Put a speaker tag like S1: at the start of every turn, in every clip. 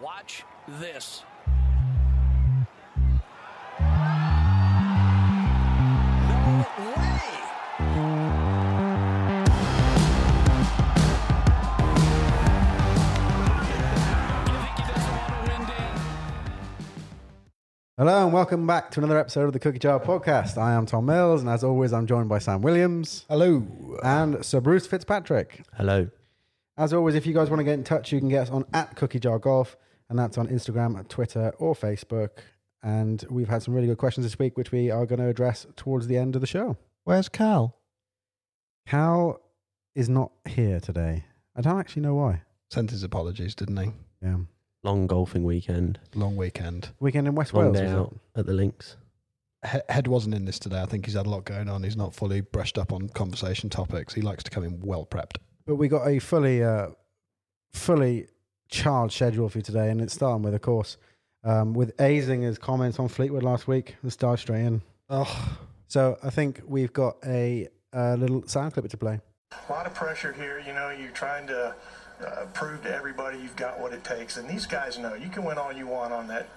S1: Watch this. No way!
S2: Hello and welcome back to another episode of the Cookie Jar Podcast. I am Tom Mills, and as always, I'm joined by Sam Williams. Hello. And Sir Bruce Fitzpatrick.
S3: Hello.
S2: As always, if you guys want to get in touch, you can get us on at Cookie Jar Golf, and that's on Instagram, Twitter, or Facebook. And we've had some really good questions this week, which we are going to address towards the end of the show.
S3: Where's Cal?
S2: Cal is not here today. I don't actually know why.
S4: Sent his apologies, didn't he?
S2: Yeah.
S3: Long golfing weekend.
S4: Long weekend.
S2: Weekend in West
S3: Long
S2: Wales.
S3: day
S2: was it?
S3: out at the links.
S4: He- Head wasn't in this today. I think he's had a lot going on. He's not fully brushed up on conversation topics. He likes to come in well prepped.
S2: But we got a fully, uh, fully charged schedule for you today, and it's starting with, of course, um, with Azinger's comments on Fleetwood last week. Let's dive straight in.
S4: Oh,
S2: So I think we've got a, uh little sound clip to play.
S5: A lot of pressure here. You know, you're trying to uh, prove to everybody you've got what it takes, and these guys know you can win all you want on that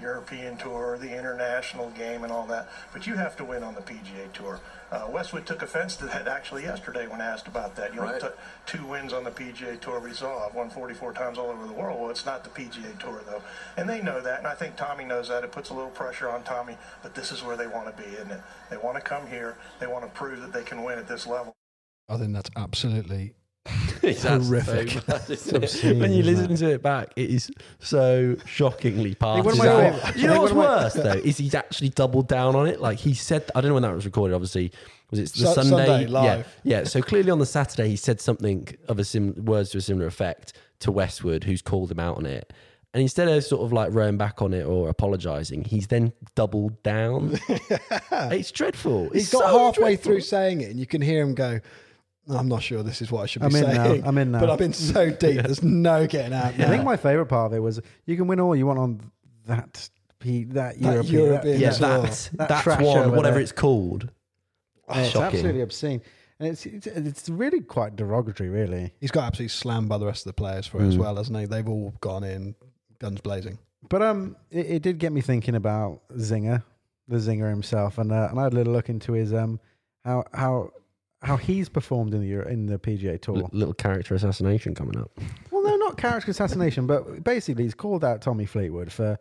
S5: European tour, the international game, and all that, but you have to win on the PGA tour. Uh, Westwood took offense to that actually yesterday when asked about that. You know,
S6: Right.
S5: took two wins on the PGA tour. We saw I've won 44 times all over the world. Well, it's not the PGA tour though, and they know that, and I think Tommy knows that. It puts a little pressure on Tommy, but this is where they want to be, isn't it? They want to come here. They want to prove that they can win at this level.
S4: I think that's absolutely.
S3: It's
S4: Horrific.
S2: obscene,
S3: when you
S2: isn't
S3: listen to it back, it is so shockingly
S2: one of my
S3: partisan.
S2: fav-
S3: You know
S2: I
S3: what's
S2: think one of my-
S3: worse though is he's actually doubled down on it. Like he said, I don't know when that was recorded. Obviously, was it the
S4: Su-
S3: Sunday?
S4: Sunday,
S3: yeah,
S4: live.
S3: yeah. So clearly on the Saturday, he said something of a sim- words to a similar effect to Westwood, who's called him out on it. And instead of sort of like rowing back on it or apologising, he's then doubled down. It's dreadful.
S4: He's
S3: It's
S4: got
S3: so
S4: halfway
S3: dreadful.
S4: through saying it, and you can hear him go, I'm not sure this is what I should be
S2: I'm in now.
S4: saying.
S2: I'm in now.
S4: But I've been so deep, there's no getting out now.
S2: I think my favorite part of it was you can win all you want on that P, that,
S4: That
S2: European.
S4: European
S3: Yeah,
S4: as
S3: that,
S4: well.
S2: That
S3: that's
S2: trash
S3: one,
S2: over
S3: whatever
S2: there.
S3: it's called.
S2: Yeah, it's
S3: Shocking.
S2: absolutely obscene, and it's, it's it's really quite derogatory, really.
S4: He's got absolutely slammed by the rest of the players for it
S3: Hmm.
S4: as well, hasn't he? They've all gone in guns blazing.
S2: But um, it, it did get me thinking about Zinger, the Zinger himself, and uh, and I had a little look into his um how how how he's performed in the Euro, in the PGA Tour.
S3: L- little character assassination coming up.
S2: Well, no, not character assassination, but basically he's called out Tommy Fleetwood for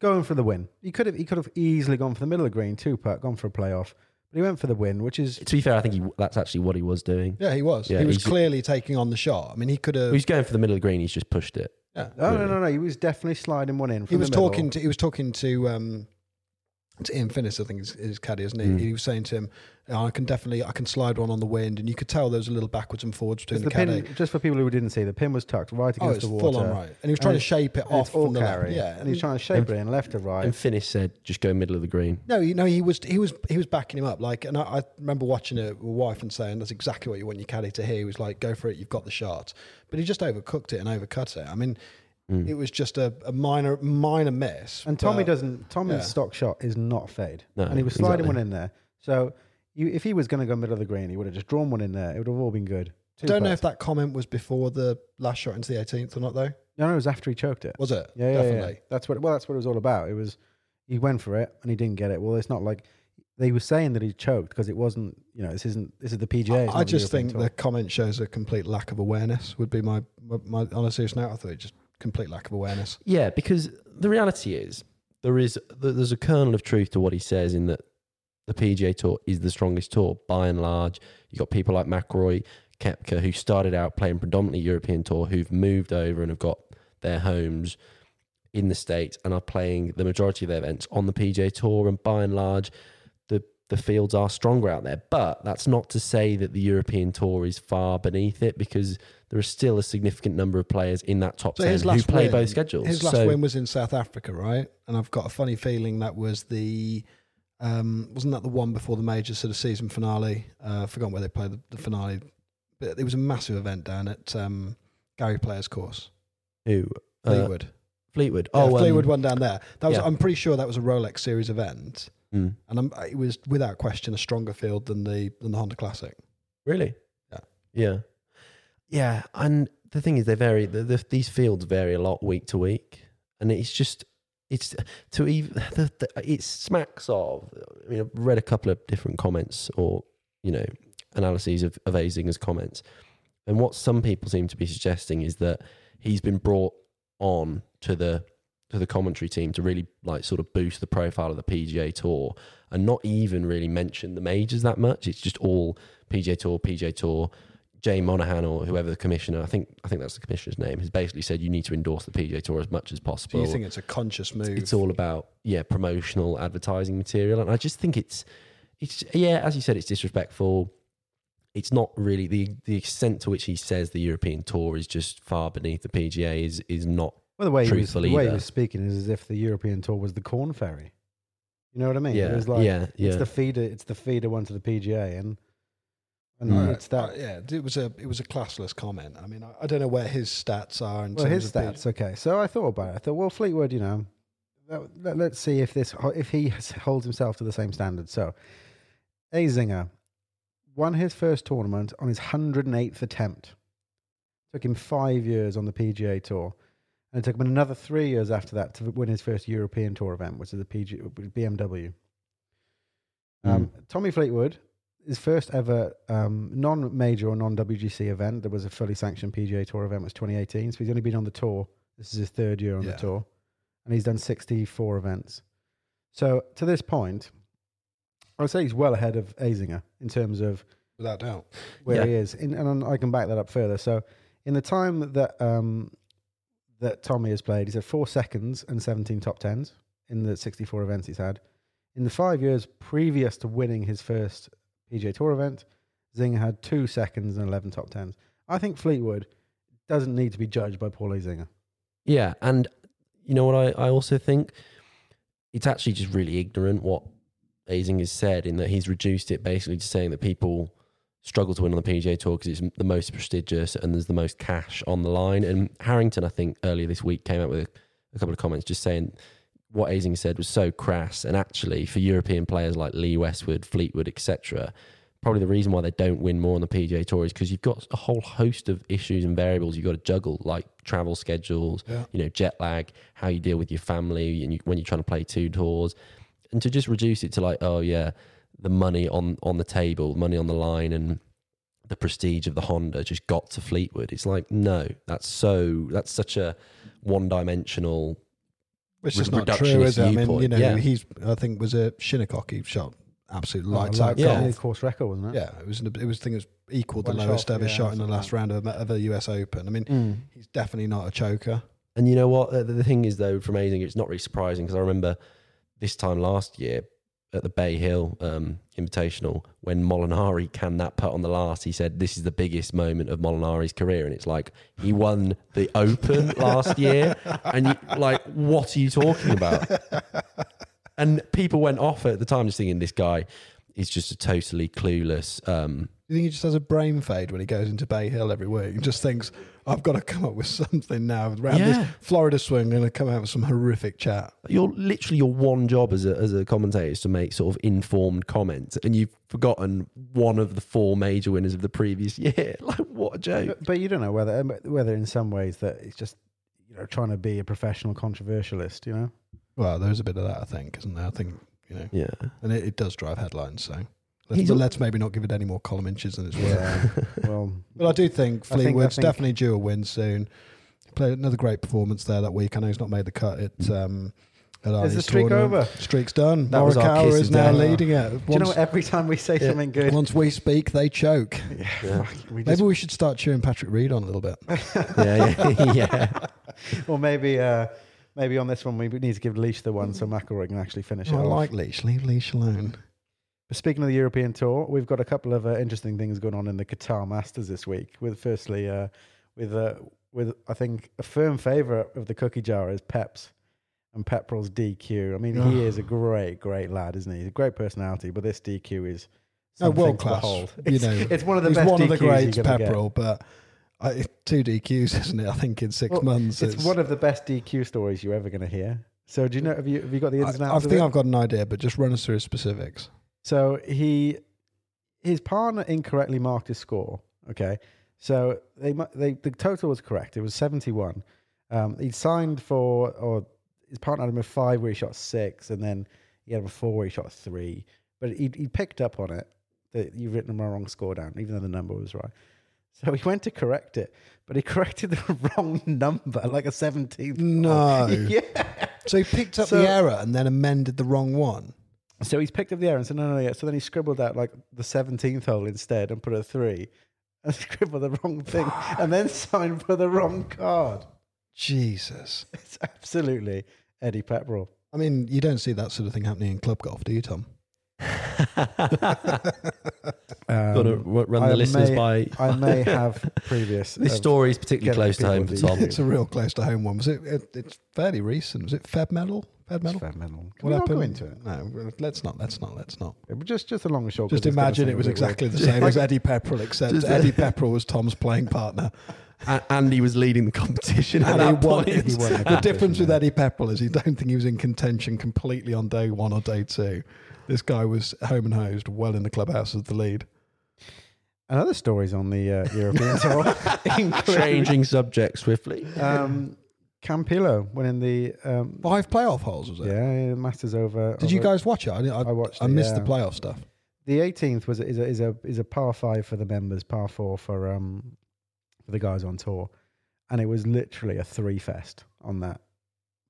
S2: going for the win. He could have he could have easily gone for the middle of the green, two putt, gone for a playoff, but he went for the win, which is
S3: To be fair, I think he, that's actually what he was doing.
S4: Yeah, he was.
S3: Yeah,
S4: he was
S3: he's-
S4: clearly taking on the shot. I mean, he could have.
S3: He's going for the middle of the green. He's just pushed it.
S4: yeah.
S2: oh no no no, he was definitely sliding one in. From
S4: he was
S2: the middle.
S4: talking to he was talking to um to Ian Finnis, I think is his caddy, isn't he?
S2: Hmm.
S4: He was saying to him, "Oh, I can definitely I can slide one on the wind and you could tell there was a little backwards and forwards between
S2: Because
S4: the,
S2: the
S4: caddy.
S2: pin, just for people who didn't see, the pin was tucked right
S4: Oh,
S2: against
S4: it's
S2: the
S4: full
S2: water.
S4: on right. And he was trying to
S2: it's-
S4: shape it
S2: and
S4: off
S2: it's all
S4: from the left.
S2: carry.
S4: Yeah.
S2: and he's trying to shape it in left to right.
S3: And Finnish said, "Just go middle of the green."
S4: No, you know, he was he was he was backing him up. Like, and I, I remember watching it with my wife and saying, "That's exactly what you want your caddy to hear." He was like, "Go for it, you've got the shot," but he just overcooked it and overcut it. I mean, it was just a, a minor minor miss.
S2: Hmm. And Tommy
S4: but-
S2: doesn't. Tommy's
S4: yeah.
S2: stock shot is not fade,
S3: No,
S2: and he was sliding one
S3: exactly.
S2: in there. So you, if he was going to go middle of the green, he would have just drawn one in there. It would have all been good.
S4: I don't know if that comment was before the last shot into the 18th or not, though.
S2: no, no, it was after he choked it.
S4: Was it?
S2: Yeah, yeah, yeah,
S4: definitely.
S2: That's what. Well, that's what it was all about. It was he went for it and he didn't get it. Well, it's not like they were saying that he choked because it wasn't. You know, this isn't. This is the PGA. it's not
S4: I
S2: the
S4: just think
S2: European
S4: the
S2: Tour.
S4: comment shows a complete lack of awareness. Would be my my, my on a serious note. I thought it just complete lack of awareness.
S3: Yeah, because the reality is there is th- there's a kernel of truth to what he says in that the PGA Tour is the strongest tour by and large. You've got people like McRoy, Kepka, who started out playing predominantly European Tour, who've moved over and have got their homes in the States and are playing the majority of their events on the PGA Tour. And by and large, the, the fields are stronger out there. But that's not to say that the European Tour is far beneath it because there are still a significant number of players in that top
S4: So
S3: 10
S4: his last
S3: who play
S4: win,
S3: both schedules.
S4: His last
S3: So-
S4: win was in South Africa, right? And I've got a funny feeling that was the um, wasn't that the one before the major sort of season finale? Uh, I've forgotten where they played the, the finale, but it was a massive event down at um, Gary Player's course,
S3: Who? Uh,
S4: Fleetwood.
S3: Fleetwood.
S4: oh,
S3: Oh, um,
S4: Fleetwood one down there. That was
S3: yeah.
S4: I'm pretty sure that was a Rolex Series event,
S3: Mm.
S4: and I'm, it was without question a stronger field than the than the Honda Classic.
S3: Really?
S4: Yeah.
S3: Yeah. Yeah. And the thing is they vary the, the, these fields vary a lot week to week and it's just it's uh, to even the, the, it smacks of i mean i've read a couple of different comments or you know analyses of, of azinger's comments and what some people seem to be suggesting is that he's been brought on to the to the commentary team to really like sort of boost the profile of the PGA Tour and not even really mention the majors that much. It's just all PGA Tour, PGA Tour. Jay Monahan or whoever the commissioner, I think I think that's the commissioner's name, has basically said you need to endorse the PGA Tour as much as
S4: Do
S3: possible.
S4: you think it's a conscious move?
S3: it's all about yeah promotional advertising material, and I just think it's it's yeah as you said it's disrespectful. It's not really the the extent to which he says the European Tour is just far beneath the PGA is is not
S2: Well, the way, he was,
S3: Truthfully
S2: the way he
S3: either.
S2: was speaking is as if the European tour was the Corn Ferry. You know what I mean?
S3: yeah
S2: it was like
S3: yeah yeah
S2: it's the feeder, it's the feeder one to the PGA, and and
S3: Mm.
S4: Right.
S2: it's that.
S4: Uh, yeah, it was a it was a classless comment. I mean, I, I don't know where his stats are. In
S2: well,
S4: terms
S2: his
S4: of the-
S2: stats. Okay, so I thought about it. I thought, well, Fleetwood, you know, let- let, let's see if this if he has- holds himself to the same standard. So, Azinger won his first tournament on his hundred and eighth attempt. Took him five years on the PGA Tour, and it took him another three years after that to win his first European Tour event, which is the PG, BMW. Um, Tommy Fleetwood, his first ever um, non-major or non-WGC event that was a fully sanctioned PGA Tour event was 2018. So he's only been on the tour. This is his third year on
S4: Yeah.
S2: the tour, and he's done 64 events. So to this point, I would say he's well ahead of Azinger in terms of
S4: without doubt.
S2: where
S3: Yeah.
S2: he is, in, and I can back that up further. So, in the time that um, that Tommy has played, he's had four seconds and seventeen top tens in the sixty-four events he's had. In the five years previous to winning his first PGA Tour event, Zinger had two seconds and eleven top tens. I think Fleetwood doesn't need to be judged by Paul A. Zinger.
S3: Yeah, and you know what I, I also think? It's actually just really ignorant what Azing has said in that he's reduced it basically to saying that people struggle to win on the PGA Tour because it's the most prestigious and there's the most cash on the line. And Harrington, I think, earlier this week came out with a, a couple of comments just saying what Azing said was so crass. And actually, for European players like Lee Westwood, Fleetwood, etc., probably the reason why they don't win more on the PGA Tour is because you've got a whole host of issues and variables you've got to juggle, like travel schedules, you know, jet lag, how you deal with your family, and you, when you're trying to play two tours, and to just reduce it to like, oh yeah, the money on on the table, money on the line, and the prestige of the Honda just got to Fleetwood. It's like, no, that's so that's such a one dimensional
S4: Which
S3: With
S4: is not
S3: reductionist
S4: true, is it? I mean,
S3: viewpoint,
S4: you know,
S3: yeah.
S4: he's I think was a Shinnecock he shot absolute lights
S2: like
S4: out.
S3: yeah.
S4: golf.
S2: course record, wasn't it?
S4: Yeah, it was. An, it was. I think it was equal the
S2: One
S4: lowest
S2: shot,
S4: ever
S2: yeah,
S4: shot in the
S2: something
S4: last round of, a- of a US Open. I mean, he's definitely not a choker.
S3: And you know what? The, the thing is, though, from Azinger, it's not really surprising because I remember this time last year at the Bay Hill um, Invitational when Molinari canned that putt on the last. He said, "This is the biggest moment of Molinari's career," and it's like he won the Open last year, and you, like, what are you talking about? And people went off at the time, just thinking this guy is just a totally clueless. Um,
S4: Do you think he just has a brain fade when he goes into Bay Hill every week and just thinks, "I've got to come up with something now around
S3: Yeah.
S4: this Florida swing, and I come out with some horrific chat."
S3: your literally your one job as a as a commentator is to make sort of informed comments, and you've forgotten one of the four major winners of the previous year. Like what a joke!
S2: But, but you don't know whether whether in some ways that it's just you know trying to be a professional controversialist, you know.
S4: Well, there's a bit of that, I think, isn't there? I think you know,
S3: Yeah,
S4: and it, it does drive headlines. So let's,
S3: He's
S4: but
S3: al-
S4: let's maybe not give it any more column inches than it's worth.
S2: Yeah. well,
S4: But I do think
S2: I think- I
S4: Fleetwood's
S2: think-
S4: definitely due a win soon. He played another great performance there that week. I know he's not made the cut at um, at Arnie's
S2: the streak
S4: tournament.
S2: over?
S4: Streak's done.
S3: That was our
S4: Morikawa
S3: kiss
S4: is
S3: and
S4: now
S3: tell.
S4: leading it. Once,
S2: Do you know what, every time we say something good,
S4: once we speak, they choke.
S3: yeah,
S2: we just,
S4: Maybe we should start cheering Patrick Reed on a little bit.
S3: yeah, yeah. yeah.
S2: or maybe uh, maybe on this one we need to give Leash the one so McElroy can actually finish it.
S4: I
S2: off.
S4: like Leash. Leave Leash alone.
S2: But Speaking of the European tour, we've got a couple of uh, interesting things going on in the Qatar Masters this week. With firstly, uh, with uh, with I think a firm favourite of the cookie jar is Peps and Pepperell's DQ. I mean, he is a great, great lad, isn't he? He's a great personality, but this DQ is
S4: No,
S2: something
S4: world
S2: to
S4: class,
S2: behold.
S4: you
S2: It's,
S4: know.
S2: it's one of the
S4: he's
S2: best
S4: one of the
S2: DQs you're
S4: greats,
S2: gonna get.
S4: Pepperell, but I, it's two DQs, isn't it? I think in six
S2: Well,
S4: months.
S2: It's, one of the best DQ stories you're ever going to hear. So do you know? Have you have you got the ins and
S4: I, I
S2: outs? of
S4: think
S2: it?
S4: I've got an idea, but just run us through specifics.
S2: So he his partner incorrectly marked his score. Okay, So they mu- they the total was correct. It was seventy one. Um, he signed for or his partner had him a five where he shot six, and then he had him a four where he shot three. But he he picked up on it that you've written the wrong score down, even though the number was right. So he went to correct it, but he corrected the wrong number, like a seventeenth.
S4: No.
S2: Yeah.
S4: So he picked up
S2: So-
S4: the error and then amended the wrong one.
S2: So he's picked up the error and said, no, no, no. yeah." So then he scribbled out like the 17th hole instead and put a three and scribbled the wrong thing and then signed for the wrong card.
S4: Jesus.
S2: It's absolutely Eddie Pepperell.
S4: I mean, you don't see that sort of thing happening in club golf, do you, Tom?
S3: Got
S4: Um,
S3: to run the
S2: Um, I
S3: listeners
S2: may-
S3: by.
S2: I may have previous.
S3: This
S2: of-
S3: story is particularly
S2: getting
S3: close to home for
S2: people
S3: Tom.
S2: to-
S4: It's a real close to home one. Was it? it it's fairly recent. Was it Fed Medal? Fed Medal.
S2: Fair mental. Can
S4: What
S2: we not
S4: happened?
S2: go into it?
S4: No, well, let's not. Let's not. Let's not.
S2: It was Just, just a long and short.
S4: Just
S2: 'cause it's gonna
S4: imagine
S2: sound
S4: it was
S2: a bit weird.
S4: exactly the same as Eddie Pepperell, except Eddie Pepperell was Tom's playing partner.
S3: A- and he was leading the competition at
S4: And he
S3: that
S4: won,
S3: point.
S4: he won.
S2: the
S4: The
S2: competition,
S4: difference with Eddie Pepperell is he don't think he was in contention completely on day one or day two. This guy was home and hosed, well in the clubhouse as the lead.
S2: And other stories on the uh, European tour, including
S3: Changing subject swiftly.
S4: Uh,
S2: um, Campillo winning the um,
S4: Five playoff holes was it?
S2: yeah, yeah, Masters over.
S4: Did you
S2: over-
S4: guys watch it? I, didn't- I,
S2: I watched
S4: I
S2: it,
S4: missed
S2: yeah.
S4: the playoff stuff.
S2: The 18th was is a, is a is a par five for the members, par four for um for the guys on tour, and it was literally a three fest on that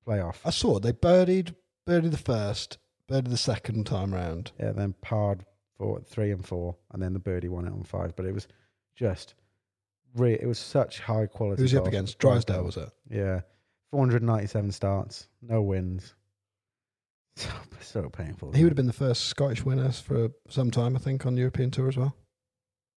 S2: playoff.
S4: I saw it. they birdied birdied the first, birdied the second time round.
S2: Yeah, then parred for three and four, and then the birdie won it on five. But it was just re- it was such high quality.
S4: Who was he up
S2: golf.
S4: against? Drysdale was it?
S2: Yeah, 497 starts, no wins. So so painful.
S4: He would have been the first Scottish winner for some time, I think, on European tour as well.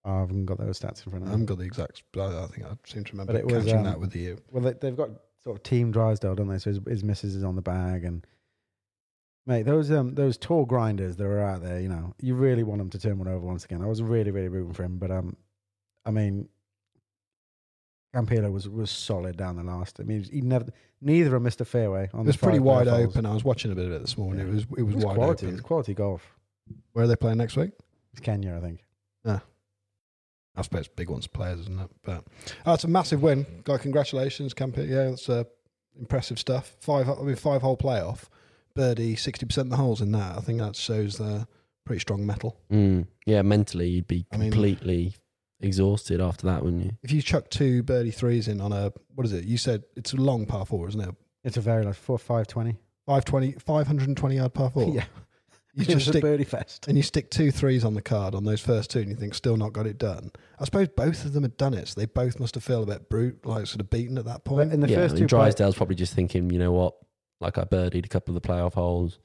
S2: I haven't got those stats in front
S4: I
S2: of me.
S4: haven't got the exact. I, I think I seem to remember
S2: Mm. But it was,
S4: catching
S2: um,
S4: that with you.
S2: Well, they, they've got sort of team Drysdale, don't they? So his, his missus is on the bag, and mate, those um those tall grinders that are out there, you know, you really want them to turn one over once again. I was really really rooting for him, but um, I mean, Campillo was was solid down the last. I mean, he never neither of them missed a fairway. On
S4: It
S2: the
S4: was pretty
S2: five
S4: wide
S2: par fours.
S4: open. I was watching a bit of it this morning.
S2: Yeah.
S4: It was it was,
S2: It was
S4: wide
S2: quality. It was
S4: open.
S2: quality golf.
S4: Where are they playing next week?
S2: It's Kenya, I think.
S4: I suppose big ones players, isn't it? But oh, it's a massive win. Guy, congratulations, Campi. Yeah, that's uh, impressive stuff. Five, I mean, five hole playoff, birdie, sixty percent the holes in that. I think that shows uh, pretty strong metal.
S3: Mm. Yeah, mentally, you'd be
S4: I mean-
S3: completely exhausted after that, wouldn't you?
S4: If you chuck two birdie threes in on a what is it? You said it's a long par four, isn't it?
S2: It's a very like four five twenty.
S4: 520, 520 yard par four.
S2: Yeah,
S4: you
S2: it
S4: just
S2: was a
S4: stick
S2: birdie fest.
S4: and you stick two threes on the card on those first two, and you think still not got it done. I suppose both of them had done it, so they both must have felt a bit brute, like sort of beaten at that
S2: But
S4: point.
S2: in the
S3: yeah,
S2: first
S3: I mean,
S2: two par-
S3: Drysdale's probably just thinking, you know what? Like I birdied a couple of the playoff holes.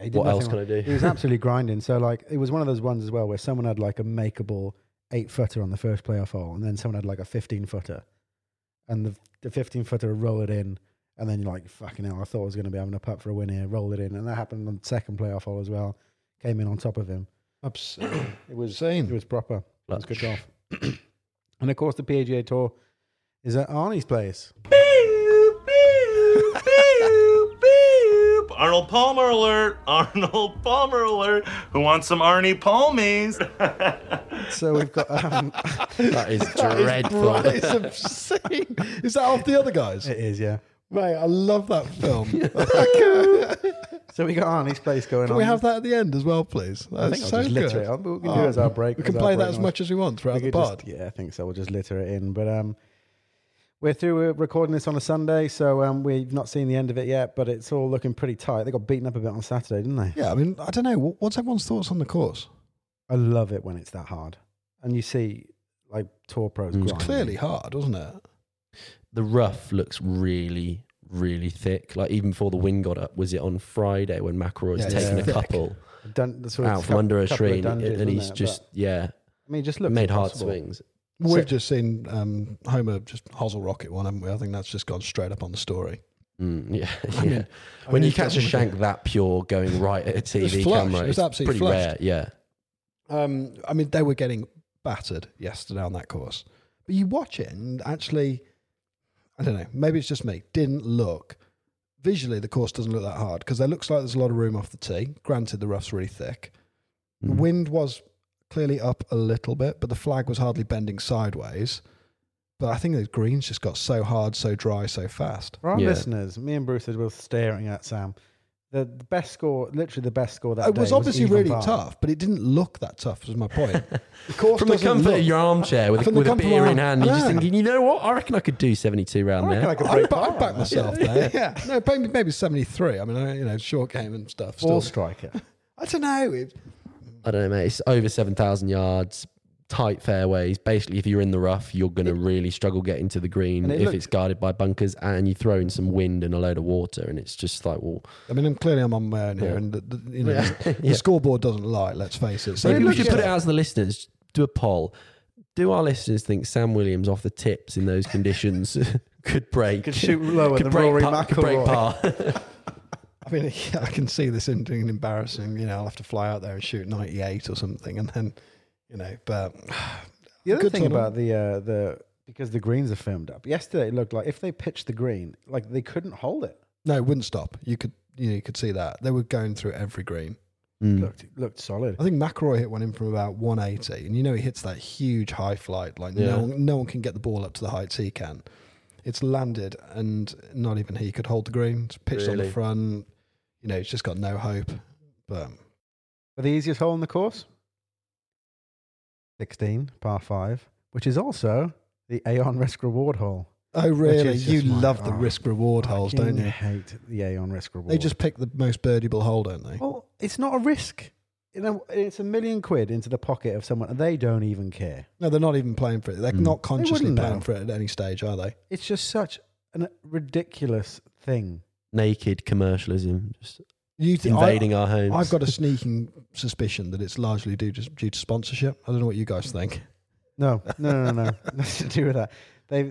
S2: he did
S3: What
S2: nothing
S3: else can I
S2: He
S3: do?
S2: was absolutely grinding. So like it was one of those ones as well where someone had like a makeable eight footer on the first playoff hole, and then someone had like a fifteen footer, and the the fifteen footer rolled in, and then you're like fucking hell, I thought I was going to be having a putt for a win here, rolled it in, and that happened on the second playoff hole as well. Came in on top of him.
S4: Obscene.
S2: It was
S4: Insane.
S2: it was proper. It was good
S3: Clutch.
S2: golf. and of course, the PGA Tour is at Arnie's place.
S6: Boop. Arnold Palmer alert! Arnold Palmer alert! Who wants some Arnie Palmies?
S2: So we've got um,
S3: That is dreadful.
S4: Right, it's obscene. Is that off the other guys?
S2: it is yeah.
S4: Mate, I love that film. Can
S2: So we got Arnie's place going on.
S4: we have that at the end as well, please? That's
S2: I think I'll just litter it on, but we can do
S4: Oh,
S2: it as our break.
S4: We can
S2: as our
S4: play that
S2: break
S4: as
S2: noise.
S4: much as we want throughout the
S2: could
S4: pod.
S2: just- yeah, I think so. We'll just litter it in. But um, we're through. We're recording this on a Sunday, so um, we've not seen the end of it yet. But it's all looking pretty tight. They got beaten up a bit on Saturday, didn't they?
S4: yeah, I mean, I don't know. What- What's everyone's thoughts on the course?
S2: I love it when it's that hard, and you see like tour pros.
S3: Mm. It's
S2: grinding.
S4: Clearly hard, wasn't it?
S3: the rough looks really, really thick. Like even before the wind got up, was it on Friday when McElroy's
S4: Yeah,
S2: it's
S3: taking a
S2: thick.
S3: couple
S2: Done, the sort of
S3: out from
S2: cou-
S3: under a
S2: couple of
S3: tree, and-
S2: dungeons,
S3: and he's
S2: wasn't it?
S3: just yeah
S2: But, I mean, it just look
S3: made hard swings.
S4: We've
S2: So-
S4: just seen um, Homer just hosel rocket one, haven't we? I think that's just gone straight up on the story.
S3: Mm, yeah, yeah.
S4: mean- I mean,
S3: when you
S4: it's
S3: catch a
S4: just-
S3: shank that pure going right at a TV
S4: flush.
S3: camera,
S4: It was
S3: it's
S4: absolutely
S3: pretty
S4: flushed.
S3: rare. Yeah,
S4: Um, I mean, they were getting battered yesterday on that course. But you watch it and actually, I don't know, maybe it's just me, didn't look. Visually, the course doesn't look that hard because there looks like there's a lot of room off the tee. Granted, the rough's really thick. The
S3: Mm.
S4: wind was clearly up a little bit, but the flag was hardly bending sideways. But I think the greens just got so hard, so dry, so fast.
S2: For our
S3: Yeah.
S2: listeners, me and Bruce are both staring at Sam. The the best score, literally the best score that
S4: It
S2: day
S4: was obviously
S2: even
S4: really
S2: par.
S4: tough, but it didn't look that tough. Was my point. The course
S3: From the
S4: doesn't
S3: comfort of
S4: look-
S3: your armchair with, a,
S4: From the
S3: with a
S4: comfort of
S3: beer
S4: my
S3: in hand, you're just
S4: Yeah.
S3: thinking, you know what? I reckon I could do 72 round there.
S2: could
S4: I
S2: break
S4: would
S2: par
S4: back
S2: on that.
S4: myself there. Yeah, no, maybe, maybe seventy three. I mean, I, you know, short game and stuff.
S2: All
S4: Still.
S2: striker.
S4: I don't know. It,
S3: I don't know, mate. It's over 7,000 yards, tight fairways. Basically, if you're in the rough, you're going to really struggle getting to the green
S2: And it
S3: if
S2: looked-
S3: it's guarded by bunkers and you throw in some wind and a load of water. And it's just like, well,
S4: I mean, I'm clearly I'm on my own here,
S3: Yeah.
S4: and the, the, you know,
S3: Yeah.
S4: the
S3: Yeah.
S4: scoreboard doesn't lie. Let's face it. So
S3: maybe we
S4: look
S3: should
S4: at
S3: put it out to the listeners. Do a poll. Do our listeners think Sam Williams off the tips in those conditions could break?
S2: Could shoot lower
S3: could
S2: than
S3: break
S2: Rory
S3: par- could break
S2: McIlroy.
S3: par.
S4: I mean, yeah, I can see this in being embarrassing. You know, I'll have to fly out there and shoot 98 or something, and then, you know, but
S2: The other
S4: Good
S2: thing
S4: tunnel.
S2: about the uh, the because the greens are filmed up. Yesterday it looked like if they pitched the green, like they couldn't hold it.
S4: no, it wouldn't stop. You could, you know, you could see that they were going through every green. Mm.
S3: Hmm.
S2: Looked looked solid.
S4: I think McElroy hit one in from about 180, and you know he hits that huge high flight. Like
S3: Yeah.
S4: no, one, no one can get the ball up to the heights he can. It's landed, and not even he could hold the green. It's pitched on
S3: Really?
S4: the front. You know, it's just got no hope. But
S2: But the easiest hole in the course, sixteen par five, which is also the Aon Risk Reward hole.
S4: oh, really?
S2: is
S4: You
S2: just my-
S4: love the
S2: oh,
S4: risk reward holes, don't
S2: Fucking
S4: you?
S2: Hate the Aon Risk Reward.
S4: They just pick the most birdieable hole, don't they?
S2: well, it's not a risk. You know, it's a million quid into the pocket of someone, and they don't even care.
S4: No, they're not even playing for it. They're not consciously
S2: wouldn't
S4: playing
S2: know.
S4: for it at any stage, are they?
S2: It's just such a ridiculous thing.
S3: Naked commercialism, just
S4: You th- I-
S3: invading our homes.
S4: I've got a sneaking suspicion that it's largely due to, due to sponsorship. I don't know what you guys think.
S2: No, no, no, no, no. nothing to do with that. They,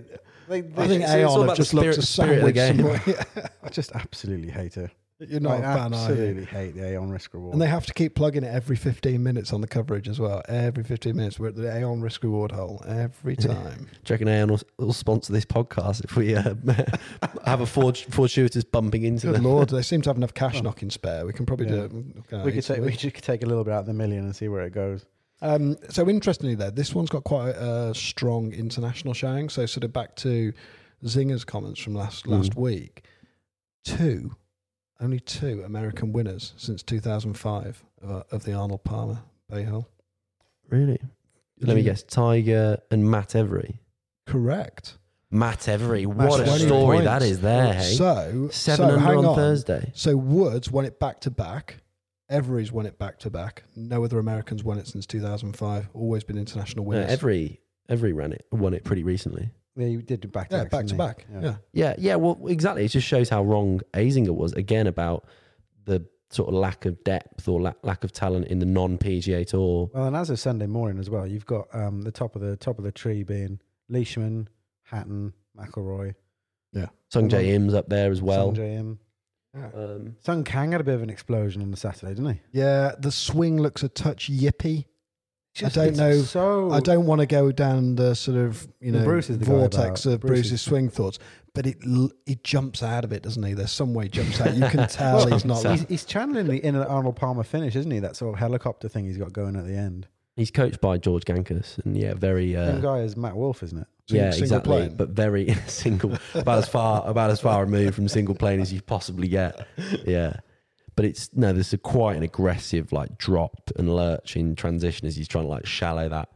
S2: they, they
S4: I think
S3: it's all
S4: Aon
S3: about
S4: have
S3: the
S4: just looked
S3: spirit-
S4: to
S3: spirit of the
S4: sandwich.
S3: game.
S4: some-
S2: I just absolutely hate her.
S4: You're not
S2: I
S4: a fan, are you?
S2: absolutely hate the Aon Risk Reward.
S4: And they have to keep plugging it every 15 minutes on the coverage as well. Every 15 minutes, we're at the Aon risk reward hole every time.
S3: Do you reckon Aon will, will sponsor this podcast if we uh, have a Ford, Ford shooters bumping into
S4: Good
S3: them?
S4: lord, they seem to have enough cash knocking spare. We can probably
S2: Yeah.
S4: do it. Mm, okay,
S2: we could
S4: so
S2: take, we could take a little bit out of the million and see where it goes.
S4: Um, so interestingly, there, this one's got quite a, strong international showing. So sort of back to Zinger's comments from last last week. Two, only two American winners since 2005 of, uh, of the Arnold Palmer Bay Hole.
S3: Really? Let me guess. Tiger and Matt Every.
S4: Correct.
S3: Matt Every.
S2: Matt
S3: What a
S2: Every.
S3: story
S4: Points.
S3: that is there, hey?
S4: So
S3: Seven
S4: so
S3: under
S4: hang
S3: on,
S4: on.
S3: Thursday.
S4: So Woods won it back to back. Every's won it back to back. No other Americans won it since 2005. Always been international
S3: Uh,
S4: winners.
S3: every Every ran it, won it pretty recently.
S2: Yeah, you did back to
S4: yeah,
S2: back,
S4: back to
S2: didn't
S4: back.
S2: you?
S4: yeah.
S3: Yeah, yeah. Well, exactly. It just shows how wrong Azinger was again about the sort of lack of depth or la- lack of talent in the non PGA Tour.
S2: Well, and as of Sunday morning as well, you've got um, the top of the top of the tree being Leishman, Hatton, McElroy,
S3: Sung J
S4: Mm-hmm.
S3: Im's up there as well.
S2: Sung J.M.
S3: Um,
S2: Sung Kang had a bit of an explosion on the Saturday, didn't he?
S4: Yeah, the swing looks a touch yippy.
S2: Just-
S4: I don't
S2: it's
S4: know.
S2: So
S4: I don't want to go down the sort of you know
S2: Bruce is the guy
S4: vortex
S2: about-
S4: of
S2: Bruce
S4: Bruce's
S2: is-
S4: swing thoughts, but it l- it jumps out of it, doesn't he? There's some way he jumps out. You can tell he's not.
S2: He's, he's channeling the inner Arnold Palmer finish, isn't he? That sort of helicopter thing he's got going at the end.
S3: he's coached by George Gankus, and yeah, very.
S2: Same
S3: Uh,
S2: guy as Matt Wolf, isn't it?
S3: yeah,
S4: single
S3: exactly.
S4: plane.
S3: But very single, about as far about as far removed from single plane as you possibly get. Yeah, but it's no, there's a quite an aggressive like drop and lurch in transition as he's trying to like shallow that.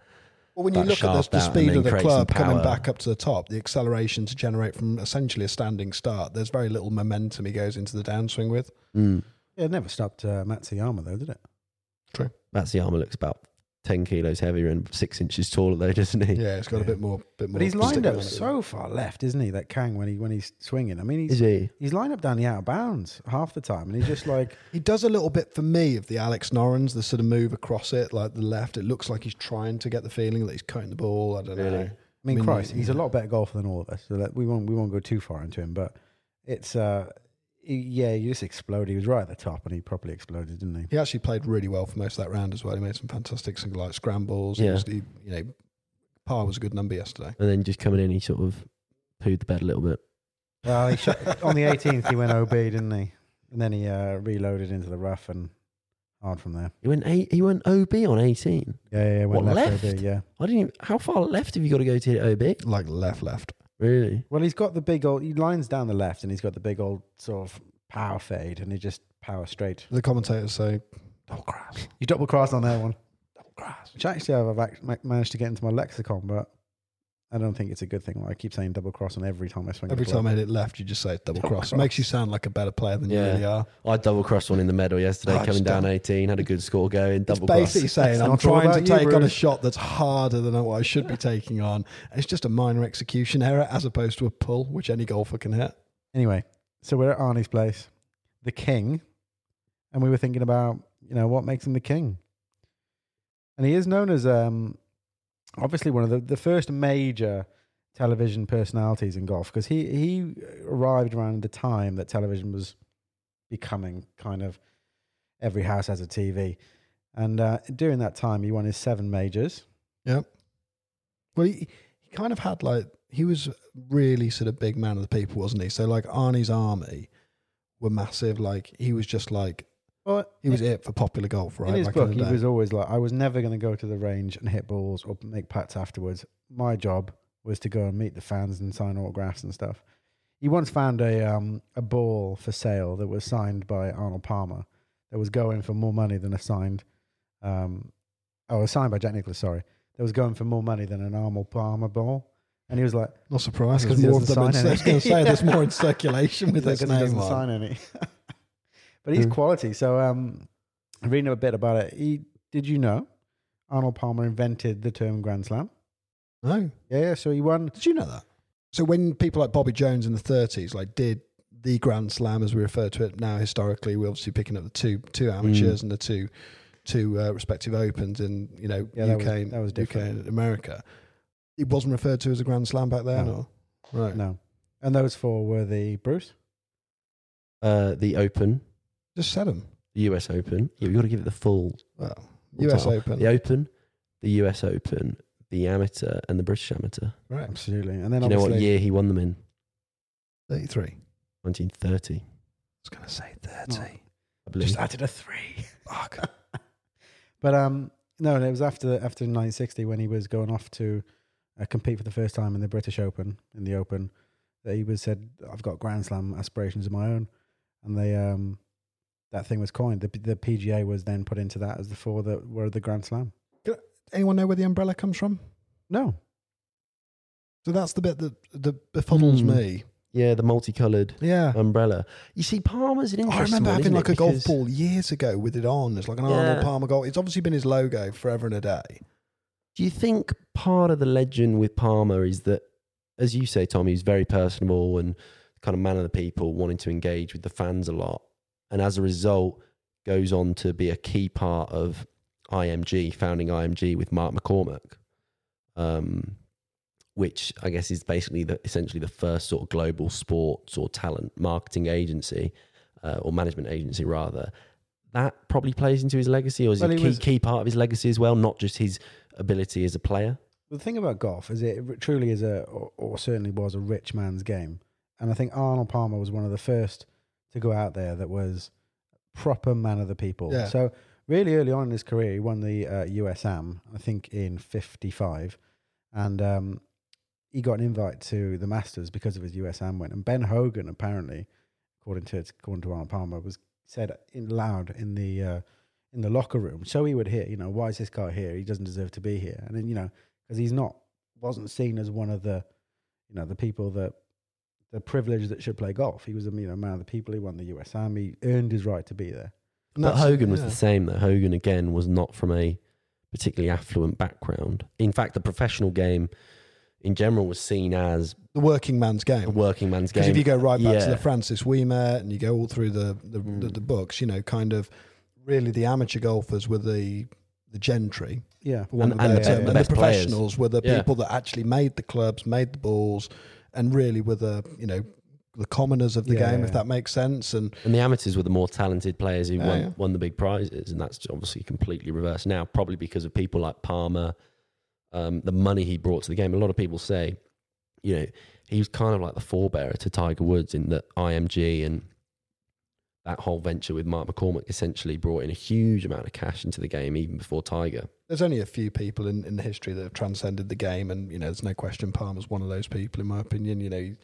S4: well, when you
S3: that
S4: look at the,
S3: shaft
S4: the
S3: out and
S4: speed
S3: then
S4: of the
S3: create some
S4: club coming
S3: power.
S4: back up to the top, the acceleration to generate from essentially a standing start. There's very little momentum he goes into the downswing with.
S2: Yeah, it never stopped uh, Matsuyama though, did it?
S4: True.
S3: Matsuyama looks about ten kilos heavier and six inches taller though, doesn't he?
S4: Yeah, it's got a bit more. Bit more.
S2: But he's lined
S4: stick on
S2: up
S4: it.
S2: so far left, isn't he? That Kang when he when he's swinging. I mean, he's
S3: Is he?
S2: he's lined up down the out of bounds half the time, and he's just like
S4: He does a little bit for me of the Alex Norrins, the sort of move across it, like the left. It looks like he's trying to get the feeling that he's cutting the ball. I don't know.
S2: I mean, Christ, he's a lot better golfer than all of us. So that we won't we won't go too far into him, but it's uh, he- yeah, you just explode. He was right at the top, and he properly exploded, didn't he?
S4: He actually played really well for most of that round as well. He made some fantastic single light scrambles. He
S3: Yeah.
S4: was- he- you know, par was a good number yesterday.
S3: And then just coming in, he sort of pooed the bed a little bit.
S2: Well, he shot, on the 18th he went OB, didn't he? And then he uh, reloaded into the rough and hard from there.
S3: He went eight, he went OB on eighteen.
S2: Yeah, yeah, yeah. Went
S3: What,
S2: left,
S3: left?
S2: OB, yeah.
S3: I didn't. Even, how far left have you got to go to hit OB?
S4: Like left, left.
S3: Really?
S2: Well, he's got the big old. He lines down the left, and he's got the big old sort of power fade, and he just power straight.
S4: The commentators say,
S2: Double cross. You double cross on that one. Double cross. Which actually I've act- ma- managed to get into my lexicon, but I don't think it's a good thing. I keep saying double cross on every time I swing. the
S4: every
S2: club.
S4: time I hit it left, you just say it's double
S2: Double
S4: cross.
S2: cross.
S4: Makes you sound like a better player than you
S3: Yeah.
S4: really are.
S3: I double crossed one in the medal yesterday,
S4: Oh, it's
S3: coming down
S4: done.
S3: eighteen. Had a good score going. Double cross.
S4: Basically saying
S2: It's
S4: I'm
S2: not all
S4: trying to
S2: about you,
S4: take on a
S2: Bruce.
S4: shot that's harder than what I should be taking on. It's just a minor execution error as opposed to a pull, which any golfer can hit.
S2: Anyway, so we're at Arnie's place, the king, and we were thinking about, you know, what makes him the king. And he is known as um, obviously one of the, the first major television personalities in golf because he, he arrived around the time that television was becoming kind of every house has a TV. And uh, during that time, he won his seven majors.
S4: Yep. Well, he, he kind of had like he was really sort of big man of the people, wasn't he? So like Arnie's army were massive. Like he was just like
S2: But
S4: he was it for popular golf, right?
S2: In his
S4: Back
S2: book,
S4: the
S2: he
S4: day.
S2: was always like, I was never going to go to the range and hit balls or make putts afterwards. My job was to go and meet the fans and sign autographs and stuff. He once found a um, a ball for sale that was signed by Arnold Palmer that was going for more money than a signed, um, oh, it was signed by Jack Nicklaus, sorry, that was going for more money than an Arnold Palmer ball. And he was like,
S4: not surprised
S2: That's 'cause
S4: because
S2: he
S4: more of
S2: doesn't
S4: them.
S2: sign
S4: In, I was going to say there's
S2: any.
S4: more in circulation with
S2: Is that
S4: his
S2: 'cause he
S4: name
S2: doesn't
S4: on.
S2: sign any. but he's quality. So um, reading a bit about it, he did you know Arnold Palmer invented the term Grand Slam?
S4: No,
S2: Yeah, yeah. So he won.
S4: did you know that? So when people like Bobby Jones in the 30s like did the Grand Slam as we refer to it now historically, we're obviously picking up the two two amateurs
S2: Mm.
S4: and the two two uh, respective opens in you know
S2: Yeah, that
S4: UK,
S2: was- that was
S4: UK
S2: different.
S4: and America. It wasn't referred to as a Grand Slam back then,
S2: No.
S4: or right?
S2: No, and those four were the Bruce.
S3: Uh, the Open,
S4: Just said them.
S3: the US Open. Yeah, we got to give it the full.
S4: Well,
S3: full
S4: US
S3: title.
S4: Open,
S3: The Open, the US Open, the Amateur, and the British Amateur.
S4: right?
S2: Absolutely. And then
S3: Do you know
S2: obviously,
S3: what year he won them in?
S4: 33. I was
S3: 1930,
S4: going to say 30.
S3: I believe.
S2: just added a three.
S4: Fuck.
S2: But um, no, it was after after 1960 when he was going off to uh, compete for the first time in the British Open in the Open that he was said, "I've got Grand Slam aspirations of my own," and they um, that thing was coined. The the PGA was then put into that as the four that were the Grand Slam.
S4: Anyone know where the umbrella comes from?
S2: No,
S4: So that's the bit that, that befuddles
S3: Hmm.
S4: me.
S3: Yeah, the multicolored
S4: Yeah.
S3: umbrella. You see, Palmer's an interesting.
S4: Ah. Oh, I remember
S3: one,
S4: having
S3: isn't
S4: like
S3: it?
S4: a golf
S3: Because-
S4: ball years ago with it on. It's like an
S3: Yeah.
S4: Arnold Palmer golf. It's obviously been his logo forever and a day.
S3: Do you think part of the legend with Palmer is that, as you say, Tom, he's very personable and kind of man of the people, wanting to engage with the fans a lot, and as a result, goes on to be a key part of IMG, founding IMG with Mark McCormack, um, which I guess is basically the essentially the first sort of global sports or talent marketing agency uh, or management agency rather. That probably plays into his legacy, or is
S2: Well,
S3: it a
S2: he
S3: key,
S2: was-
S3: key part of his legacy as well, not just his ability as a player.
S2: the thing about golf is it r- truly is a or, or certainly was a rich man's game, and I think Arnold Palmer was one of the first to go out there that was proper man of the people.
S4: Yeah.
S2: So really early on in his career, he won the uh, USAM I think in '55, and um, he got an invite to the Masters because of his USAM win. And Ben Hogan apparently, according to according to Arnold Palmer, was said in loud in the uh, in the locker room. So he would hear, you know, why is this guy here? He doesn't deserve to be here. And then you know because he's not wasn't seen as one of the you know the people that the privilege that should play golf. He was a you know man of the people. He won the U.S. Army, earned his right to be there.
S4: And
S3: but
S4: that's-
S3: Hogan was
S4: yeah.
S3: the same. That Hogan again was not from a particularly affluent background. In fact, the professional game in general was seen as
S4: the working man's
S3: a
S4: game.
S3: working man's game.
S4: Because if you go right back
S3: Yeah. Hmm.
S4: to the Francis Weimer and you go all through the the, the the books, you know, kind of really the amateur golfers were the the gentry,
S2: Yeah,
S4: for want of
S3: And-
S4: a
S3: and
S4: better
S3: the
S4: term,
S3: be-
S4: and
S3: the
S4: the
S3: best players.
S4: professionals were the
S3: Yeah.
S4: people that actually made the clubs, made the balls, and really were the you know the commoners of the
S2: Yeah,
S4: game,
S2: yeah.
S4: if that makes sense. And
S3: and the amateurs were the more talented players who
S4: Yeah,
S3: won,
S4: yeah.
S3: won the big prizes, and that's obviously completely reversed now. Probably because of people like Palmer, um, the money he brought to the game. A lot of people say, you know, he was kind of like the forebearer to Tiger Woods in that IMG and that whole venture with Mark McCormick essentially brought in a huge amount of cash into the game even before Tiger.
S4: There's only a few people in, in the history that have transcended the game, and you know, there's no question Palmer's one of those people, in my opinion. You know,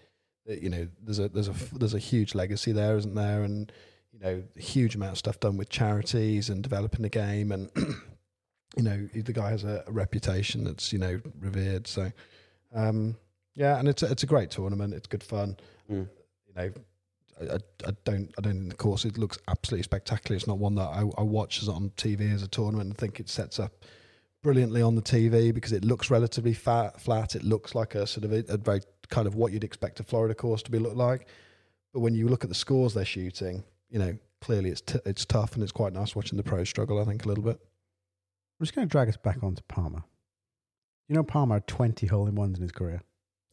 S4: that, you know, there's a there's a there's a huge legacy there, isn't there? And you know, a huge amount of stuff done with charities and developing the game, and you know, the guy has a, a reputation that's you know revered. So, um, yeah, and it's a, it's a great tournament. It's good fun.
S3: Mm.
S4: You know, I, I, I don't I don't think the course it looks absolutely spectacular. It's not one that I, I watch as on TV as a tournament and think it sets up brilliantly on the TV because it looks relatively fat, flat. It looks like a sort of a, a very kind of what you'd expect a Florida course to be look like. But when you look at the scores they're shooting, you know clearly it's t- it's tough and it's quite nice watching the pros struggle. I think a little bit.
S2: I'm just going to drag us back onto Palmer. You know, Palmer had 20 hole in ones in his career.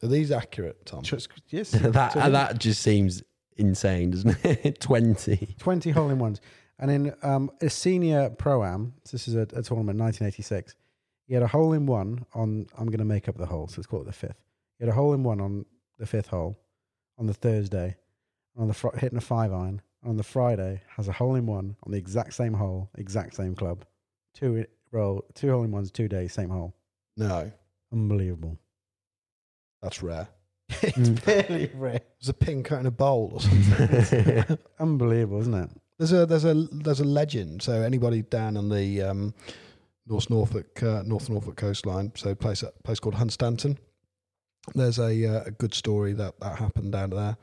S4: Are these accurate, Tom?
S2: Just- yes.
S3: that
S2: So he-
S3: that just seems insane, doesn't it? Twenty.
S2: 20 hole in ones. And in um, a senior pro am, this is a, a tournament, 1986, he had a hole in one on, I'm going to make up the hole, so let's call it the fifth. He had a hole in one on the fifth hole on the Thursday, on the fr- hitting a five iron. And on the Friday, has a hole in one on the exact same hole, exact same club. Two i- roll, two hole in ones, two days, same hole.
S4: No,
S2: Unbelievable.
S4: that's rare.
S2: it's fairly rare.
S4: There's a pin cut in a bowl or something.
S2: Unbelievable, isn't it?
S4: There's a there's a there's a legend. So anybody down on the um, North Norfolk uh, North Norfolk coastline, so a place a place called Hunstanton. There's a uh, a good story that that happened down there.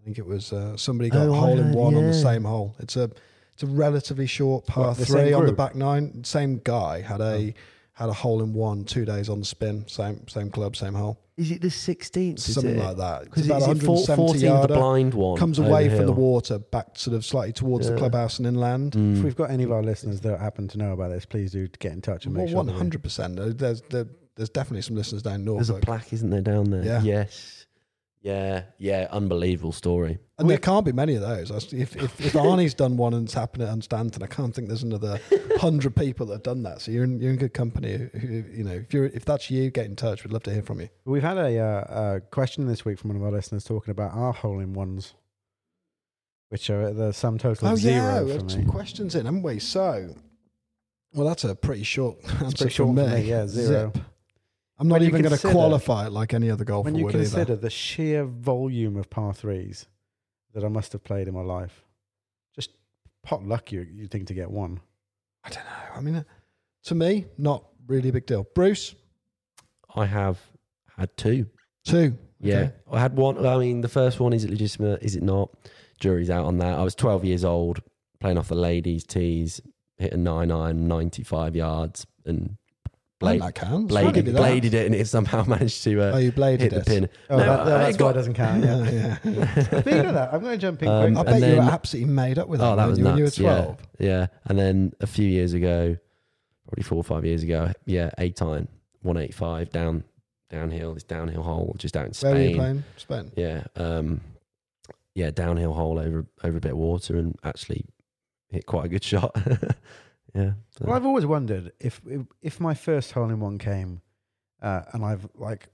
S4: I think it was uh, somebody got
S3: Oh,
S4: a
S3: I
S4: hole in
S3: heard,
S4: one on the
S3: yeah.
S4: same hole. It's a it's a relatively short par
S2: What, the same
S4: three on the
S2: group?
S4: back nine. Same guy had
S3: Oh.
S4: a had a hole in one two days on the spin. Same same club, same hole.
S3: Is it the sixteenth?
S4: Something like that. It's
S3: Because
S4: about
S3: it's it
S4: 170
S3: fourteen the
S4: yarder.
S3: blind one
S4: Comes
S3: over
S4: away from
S3: Oh, hill? Mm.
S4: the water, back sort of slightly towards the
S3: Yeah.
S4: clubhouse and inland.
S2: If we've got any of our listeners that happen to know about this, please do get in touch and
S4: Well,
S2: make sure.
S4: one
S2: that we-
S4: hundred percent. There's there, there's definitely some listeners down north,
S3: There's a plaque, isn't there, down there?
S4: Yeah.
S3: Yes. Yeah. Yeah. Unbelievable story.
S4: and there can't be many of those. I s- If if, if Arnie's done one and it's happened at Unstanton, I can't think there's another hundred people that have done that. So you're in you're in good company. Who- who- You know, if you're if that's you, get in touch. We'd love to hear from you.
S2: We've had a, uh, a question this week from one of our listeners talking about our hole in ones, which are the sum total of zero
S4: we
S2: for me.
S4: had Oh, some questions in, haven't we? So, well, that's a pretty short answer
S2: pretty short
S4: from
S2: for
S4: me.
S2: me, yeah, zero.
S4: Zip. I'm not
S2: When you
S4: even going to
S2: consider-
S4: qualify it like any other golfer
S2: When you
S4: would
S2: consider
S4: either.
S2: the sheer volume of par threes that I must have played in my life, just pot luck you you think to get one.
S4: I don't know. I mean, uh, to me, not really a big deal. Bruce,
S3: I have had two.
S4: two.
S3: Yeah.
S4: Okay.
S3: I had one. I mean, the first one is it legitimate? Is it not? Jury's out on that. I was 12 years old, playing off the ladies' tees, hit a 9 iron, 95 yards, and
S4: I
S3: blade,
S4: think that counts. I'll give
S3: bladed,
S4: you that.
S3: bladed it, and it somehow managed to uh,
S4: Oh, you bladed
S3: hit the
S4: it.
S3: pin.
S2: Oh,
S3: No,
S2: that,
S3: I- I
S2: that's why
S3: got-
S2: it doesn't count. Yeah.
S4: Yeah, yeah.
S2: Speaking of that, I'm going to jump in
S3: Um,
S4: I
S2: quick.
S3: And
S4: bet you were
S3: then-
S4: absolutely made up with that.
S3: Oh, that
S4: when
S3: was
S4: you, when
S3: nuts.
S4: you were twelve.
S3: Yeah, yeah. And then a few years ago, probably four or five years ago, yeah, eight iron, one eight five down downhill, this downhill hole just out in Spain.
S4: Where were you playing? Spain.
S3: Yeah, um, yeah, downhill hole over over a bit of water and actually hit quite a good shot. yeah, so-
S2: Well, I've always wondered if if- if my first hole in one came, uh, and I've like,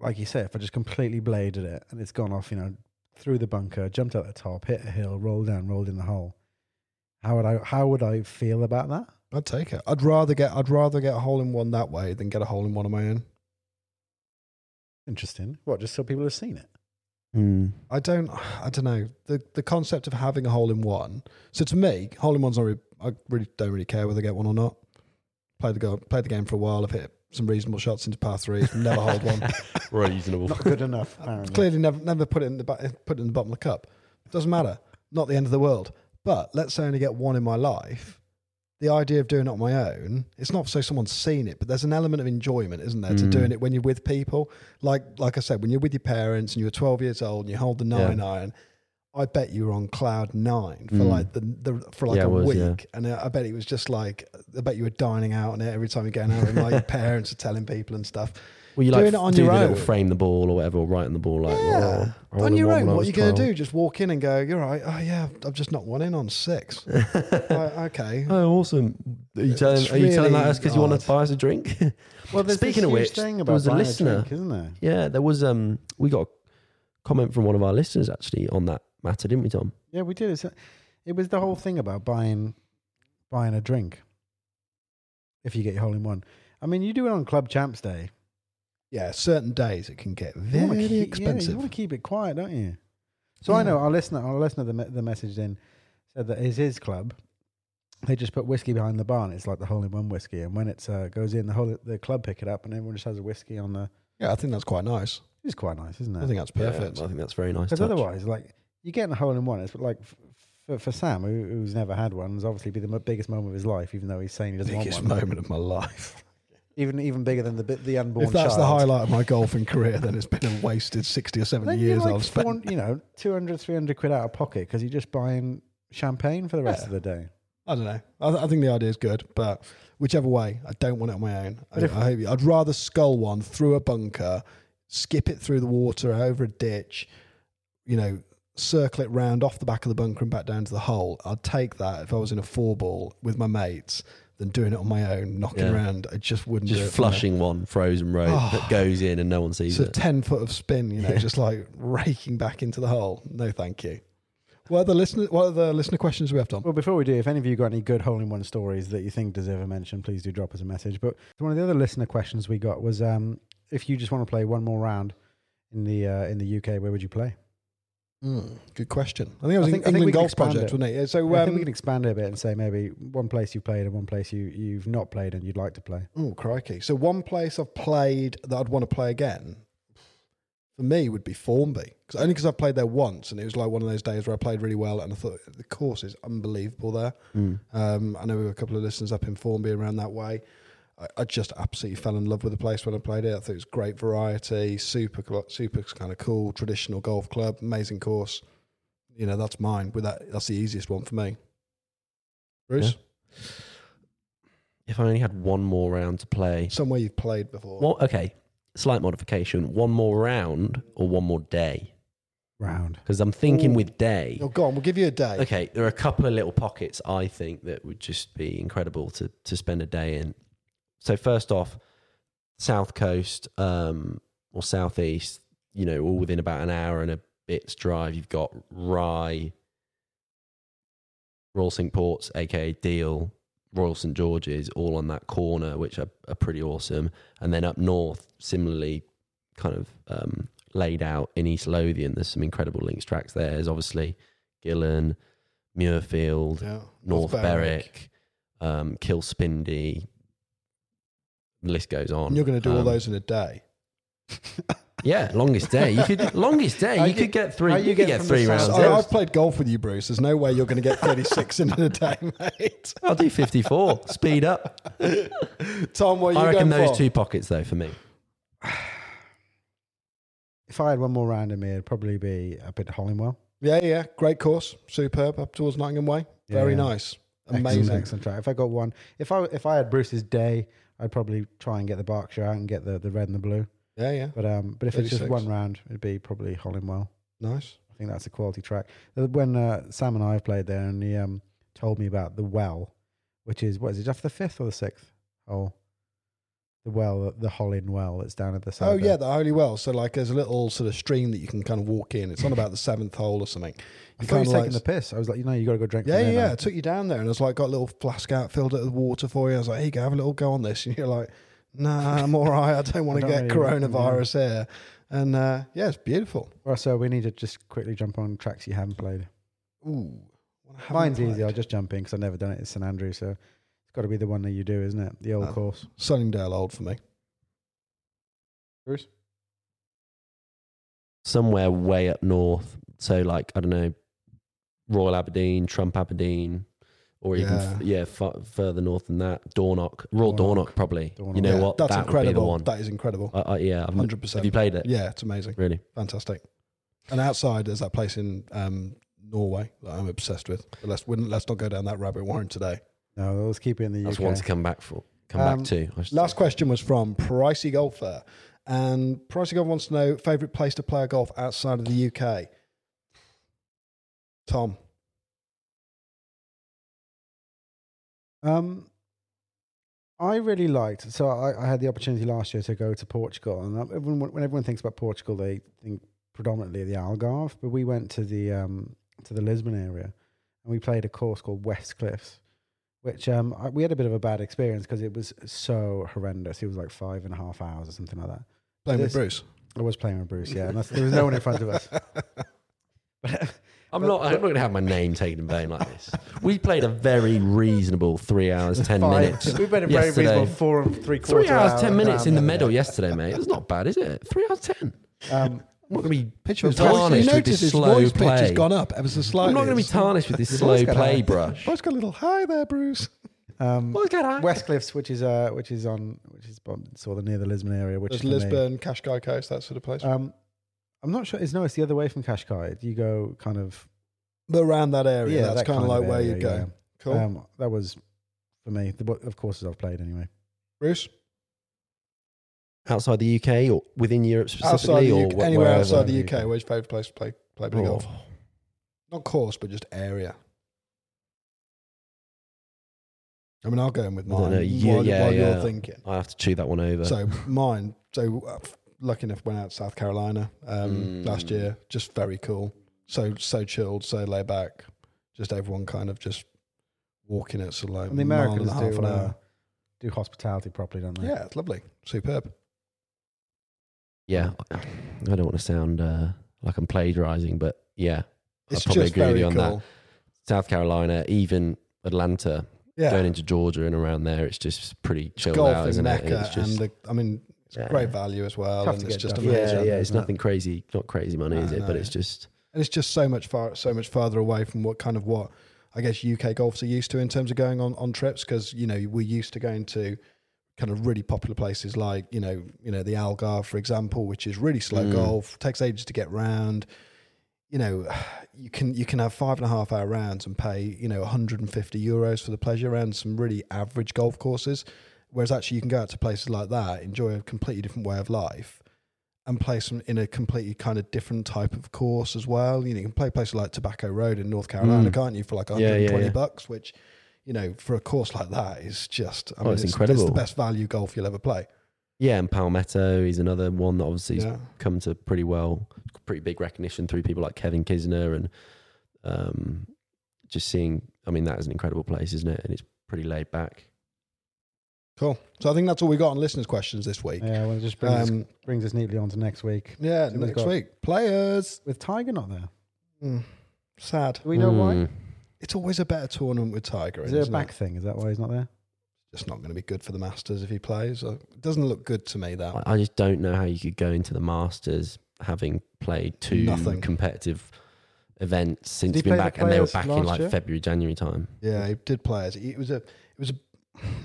S2: like you say, if I just completely bladed it and it's gone off, you know, through the bunker, jumped out the top, hit a hill, rolled down, rolled in the hole. How would I? How would I feel about that?
S4: I'd take it. I'd rather get. I'd rather get a hole in one that way than get a hole in one on my own.
S2: Interesting. What? Just so people have seen it.
S3: Hmm.
S4: I don't. I don't know the the concept of having a hole in one. So to me, hole in ones. Not really, I really don't really care whether I get one or not. Play the go. Play the game for a while. I've hit some reasonable shots into par threes. Never hold one.
S3: reasonable.
S2: Not good enough. Apparently.
S4: Clearly, never never put it in the ba- put it in the bottom of the cup. Doesn't matter. Not the end of the world. But let's say I only get one in my life. The idea of doing it on my own, it's not so someone's seen it, but there's an element of enjoyment, isn't there,
S3: Mm.
S4: to doing it when you're with people. Like like I said, when you're with your parents and you're 12 years old and you hold the nine iron, I bet you were on cloud nine for like the, the for like
S3: Mm. Yeah, I
S4: a
S3: was,
S4: week,
S3: yeah.
S4: and I I bet it was just like I bet you were dining out on it every time you're going out, and like your parents are telling people and stuff.
S3: Well, you like
S4: doing it on
S3: do
S4: your
S3: the
S4: own.
S3: little frame the ball or whatever, or right on the ball, like
S4: Yeah.
S3: oh,
S4: on your own,
S3: one when I
S4: what
S3: was
S4: are you going to
S3: 12.
S4: do? Just walk in and go, you're right. Oh, yeah, I've- I've just knocked one in on six. Like, okay.
S3: Oh, awesome! Are you telling,
S4: It's
S3: are you telling
S4: really
S3: that us because you want to buy us a drink?
S2: Well, there's
S3: Speaking
S2: this
S3: of
S2: huge
S3: which,
S2: thing
S3: there
S2: about
S3: was a
S2: buying
S3: listener-
S2: drink, isn't there?
S3: yeah, there was. Um, we got a comment from one of our listeners actually on that matter, didn't we, Tom?
S2: Yeah, we did. It's, It was the whole thing about buying buying a drink if you get your hole in one. I mean, you do it on Club Champs Day.
S4: Yeah, certain days it can get
S2: You
S4: very
S2: wanna keep- yeah, you
S4: expensive.
S2: want to keep it quiet, don't you? So I
S4: Yeah.
S2: know our listener, our listener, the, me- the message in said that is his club. They just put whiskey behind the bar, and it's like the hole in one whiskey. And when it uh, goes in, the whole the club pick it up, and everyone just has a whiskey on the.
S4: yeah, I think that's quite nice.
S2: It's quite nice, isn't it?
S4: I think that's perfect.
S3: Yeah, I think that's very nice.
S2: Because
S3: touch.
S2: otherwise, like you get in a hole in one, it's like f- for, for Sam, who, who's never had one, it's obviously be the mo- biggest moment of his life, even though he's saying he doesn't
S4: Biggest
S2: want one.
S4: moment of my life.
S2: Even even bigger than the bit the unborn.
S4: If that's
S2: child.
S4: the highlight of my golfing career, then it's been a wasted 60 or 70
S2: then
S4: years
S2: you're like
S4: I've spent.
S2: four- you know 200, 300 quid out of pocket because you're just buying champagne for the rest of the day.
S4: I don't know. I, th- I think the idea is good, but whichever way, I don't want it on my own. I, I hope I'd rather scull one through a bunker, skip it through the water, over a ditch, you know, circle it round off the back of the bunker and back down to the hole. I'd take that if I was in a four ball with my mates than doing it on my own, knocking
S3: Yeah.
S4: around. I just wouldn't do
S3: Just
S4: it for me.
S3: flushing one frozen road
S2: Oh.
S3: that goes in and no one sees
S4: So
S3: it.
S4: ten foot of spin, you know, just like raking back into the hole. No, thank you. What are the listener? What are the listener questions we have, Tom?
S2: Well, before we do, if any of you got any good hole in one stories that you think deserve a mention, please do drop us a message. But one of the other listener questions we got was um, if you just want to play one more round in the uh, in the UK, where would you play?
S4: Mm, good question. I think it was
S2: I think- I
S4: Eng-
S2: think we
S4: England
S2: can
S4: Golf
S2: expand
S4: Project,
S2: it.
S4: wasn't it? Yeah, So,
S2: I
S4: um,
S2: think we can expand it a bit and say maybe one place you've played and one place you, you've not played and you'd like to play.
S4: oh crikey! So one place I've played that I'd want to play again for me would be Formby, 'Cause- only because I played there once, and it was like one of those days where I played really well, and I thought the course is unbelievable there. Um, I know we were a couple of listeners up in Formby around that way. I, I just absolutely fell in love with the place when I played it. I thought it was great variety, super, cl- super kind of cool, traditional golf club, amazing course. You know, that's mine. With that, that's the easiest one for me. Bruce,
S3: If I only had one more round to play.
S4: somewhere you've played before.
S3: Well, okay, slight modification. One more round or one more day?
S2: Round.
S3: Because I'm thinking with day.
S4: Oh, go on. We'll give you a day.
S3: Okay, there are a couple of little pockets I think that would just be incredible to to spend a day in. So first off, South Coast um, or Southeast, you know, all within about an hour and a bit's drive, you've got Rye, Royal St Ports, aka Deal, Royal St George's, all on that corner, which are, are pretty awesome. And then up north, similarly, kind of um, laid out in East Lothian. There's some incredible links tracks there. There's obviously Gillan, Muirfield,
S4: Yeah.
S3: North Berwick, um, Kilspindy. The list goes on.
S4: And you're going to do all
S3: Um,
S4: those in a day.
S3: Yeah, longest day. You could longest day.
S2: How
S3: You,
S2: you
S3: could
S2: get-
S3: get three.
S2: how
S3: You,
S2: you
S3: could
S2: get
S3: get
S2: from the
S3: three rounds.
S2: south-
S4: So
S2: there's-
S4: I, I've played golf with you, Bruce. There's no way you're going to get 36 in a day, mate.
S3: I'll do fifty-four. Speed up.
S4: Tom, what are you
S3: I
S4: going
S3: reckon those
S4: for?
S3: two pockets though for me.
S2: If I had one more round in me, it'd probably be up at Hollingwell.
S4: Yeah, yeah. Great course. Superb. Up towards Nottingham Way. Very
S2: Yeah.
S4: nice.
S2: Excellent,
S4: Amazing.
S2: excellent track. If I got one, if I if I had Bruce's day, I'd probably try and get the Berkshire out and get the, the red and the blue.
S4: Yeah, yeah.
S2: But um, but if it's just
S4: 36.
S2: one round, it'd be probably Hollingwell.
S4: Nice.
S2: I think that's a quality track. Uh, When uh, Sam and I have played there, and he um, told me about the well, which is what is it, off the fifth or the sixth hole? The well, the Hollin well that's down at the side.
S4: oh,
S2: there.
S4: yeah, the Holy Well. So, like, there's a little sort of stream that you can kind of walk in. It's on about the seventh hole or something.
S2: I
S4: You
S2: thought he was
S4: kinda
S2: taking the piss. I was like, you know, you got to go drink.
S4: Yeah,
S2: from
S4: yeah,
S2: there,
S3: um,
S4: yeah. I
S2: man.
S4: took you down there and I was like, got a little flask out, filled it with water for you. I was like, here you go, have a little go on this. And you're like, nah, I'm all right. I don't want
S2: I
S4: to
S2: don't
S4: get
S2: really want to,
S4: coronavirus here. And uh, yeah, it's beautiful.
S2: Well, so we need to just quickly jump on tracks you haven't played.
S4: Ooh. what have I
S2: Mine's easy.
S4: played?
S2: I'll just jump in because I've never done it. It's St Andrew, so it's got to be the one that you do, isn't it? The old
S4: Uh,
S2: course.
S4: Sunningdale Old for me.
S2: Bruce.
S3: somewhere way up north. So like I don't know, Royal Aberdeen, Trump Aberdeen, or even
S4: Yeah.
S3: f- yeah, fu- further north than that, Dornoch, Royal
S2: Dornoch.
S3: Dornoch, probably.
S2: Dornoch.
S3: You know
S4: yeah,
S3: what?
S4: That's
S3: that would be the
S4: incredible.
S3: one.
S4: That is incredible.
S3: I, I, yeah, I've,
S4: 100%.
S3: Have you played it?
S4: Yeah, it's amazing.
S3: Really?
S4: Fantastic. And outside, there's that place in um, Norway that I'm obsessed with. But let's, wouldn't- let's not go down that rabbit warren today.
S2: No, let's keep it in the
S3: That's
S2: UK.
S3: one to come back for. Come
S2: Um,
S3: back to. I should
S4: Last
S3: say.
S4: question was from Pricey Golfer. And Pricey Golfer wants to know favourite place to play golf outside of the UK? Tom.
S2: Um, I really liked. So I, I had the opportunity last year to go to Portugal, and that- everyone, when everyone thinks about Portugal, they think predominantly the Algarve. But we went to the um, to the Lisbon area, and we played a course called West Cliffs, which um, I- we had a bit of a bad experience because it was so horrendous. It was like five and a half hours or something like that.
S4: Blame
S2: This-
S4: with Bruce.
S2: I was playing with Bruce, yeah, and that's, there was no one in front of us.
S3: I'm not. I'm not going to have my name taken in vain like this. We played a very reasonable three hours ten minutes.
S2: We played a very
S3: yesterday.
S2: reasonable four and three quarters.
S3: Three hours ten minutes in the medal yesterday, mate. It's not bad, is it? Three hours ten.
S2: Um,
S3: I'm not going to be
S4: Pitch was
S3: tarnished with this slow
S4: pitch has
S3: play.
S4: gone up ever so slightly.
S3: I'm not going to be tarnished with this slow
S2: voice got
S3: play
S2: out.
S3: brush.
S4: Boys got a little high there, Bruce.
S3: Look at that.
S2: Westcliffs, which is uh, which is on which is on- sort of near the Lisbon area, which
S4: There's
S2: is Lisbon.
S4: Lisbon, Kashkai Coast, that sort of place.
S2: Um, I'm not sure. It's no, it's the other way from Kashkai. You go kind of
S4: But around that area,
S2: yeah,
S4: Oh, that's
S2: that
S4: kind of like where
S2: area,
S4: you go.
S2: yeah.
S4: Cool.
S2: Um, that was for me. The, what- of courses I've played anyway.
S4: Bruce,
S3: Outside the UK or within Europe
S4: outside
S3: specifically,
S4: the
S3: or
S4: UK,
S3: wh-
S4: anywhere
S3: wherever?
S4: outside the UK, where's your favourite place to play, play a bit of golf?
S3: Oh.
S4: Not course, but just area. I mean, I'll go in with
S3: I don't
S4: mine
S3: know, you-
S4: while,
S3: yeah,
S4: while
S3: yeah.
S4: you're thinking.
S3: Oh, I have to chew that one over.
S4: So mine, so uh, f- lucky enough, went out to South Carolina um,
S3: Mm.
S4: last year. Just very cool. So so chilled, so laid back. Just everyone kind of just walking it so like
S2: And the
S4: mile and
S2: Americans
S4: a half
S2: do
S4: an
S2: uh,
S4: hour.
S2: do hospitality properly, don't they?
S4: Yeah, it's lovely, superb.
S3: yeah, I don't want to sound uh, like I'm plagiarizing, but yeah,
S4: It's
S3: I probably
S4: just
S3: agree with
S4: very
S3: you on
S4: cool.
S3: that. South Carolina, even Atlanta,
S4: Yeah,
S3: going into Georgia and around there, it's just pretty
S4: It's
S3: chilled
S4: golf
S3: out,
S4: in
S3: isn't it?
S4: Necker,
S3: It's just
S4: and the, I mean, it's
S3: Yeah.
S4: great value as well,
S2: Tough
S4: and
S2: to
S4: it's
S2: get
S4: just
S2: done.
S4: amazing.
S3: yeah, yeah, it's
S2: isn't it?
S3: nothing crazy, not crazy money, is
S4: No,
S3: it?
S4: no.
S3: But it's just
S4: and it's just so much far, so much further away from what kind of what I guess UK golfers are used to in terms of going on on trips because you know we're used to going to kind of really popular places like you know you know the Algarve for example, which is really slow
S3: Mm.
S4: golf, takes ages to get round. You know, you can you can have five and a half hour rounds and pay you know 150 euros for the pleasure around some really average golf courses, whereas actually you can go out to places like that, enjoy a completely different way of life and play some in a completely kind of different type of course as well. You know, you can play places like Tobacco Road in North Carolina,
S3: Mm.
S4: can't you, for like
S3: Yeah, yeah,
S4: 120
S3: yeah.
S4: bucks, which you know, for a course like that is just I
S3: Oh,
S4: mean,
S3: it's
S4: it's,
S3: incredible.
S4: It's the best value golf you'll ever play.
S3: yeah. And Palmetto is another one that obviously has
S4: Yeah.
S3: come to pretty well, pretty big recognition through people like Kevin Kisner and um, just seeing. I mean, that is an incredible place, isn't it? And it's pretty laid back.
S4: Cool. So I think that's all we got on listeners' questions this week.
S2: Yeah, well, it just brings,
S4: Um,
S2: us, brings us neatly on to next week
S4: yeah,
S2: Someone's
S4: next
S2: got-
S4: week. Players.
S2: with Tiger not there.
S4: Mm, sad.
S2: Do we know why?
S3: Mm.
S4: It's always a better tournament with Tiger.
S2: Is
S4: in,
S2: there a
S4: isn't it?
S2: back thing? Is that why he's not there?
S4: Just not going to be good for the Masters if he plays. Uh, It doesn't look good to me that.
S3: I I just don't know how you could go into the Masters having played two
S4: Nothing.
S3: competitive events since
S2: he
S3: been
S2: play the
S3: back, and they were
S2: players
S3: back in
S2: last
S3: like
S2: year?
S3: February, January time.
S4: Yeah, he did play as it was a it was a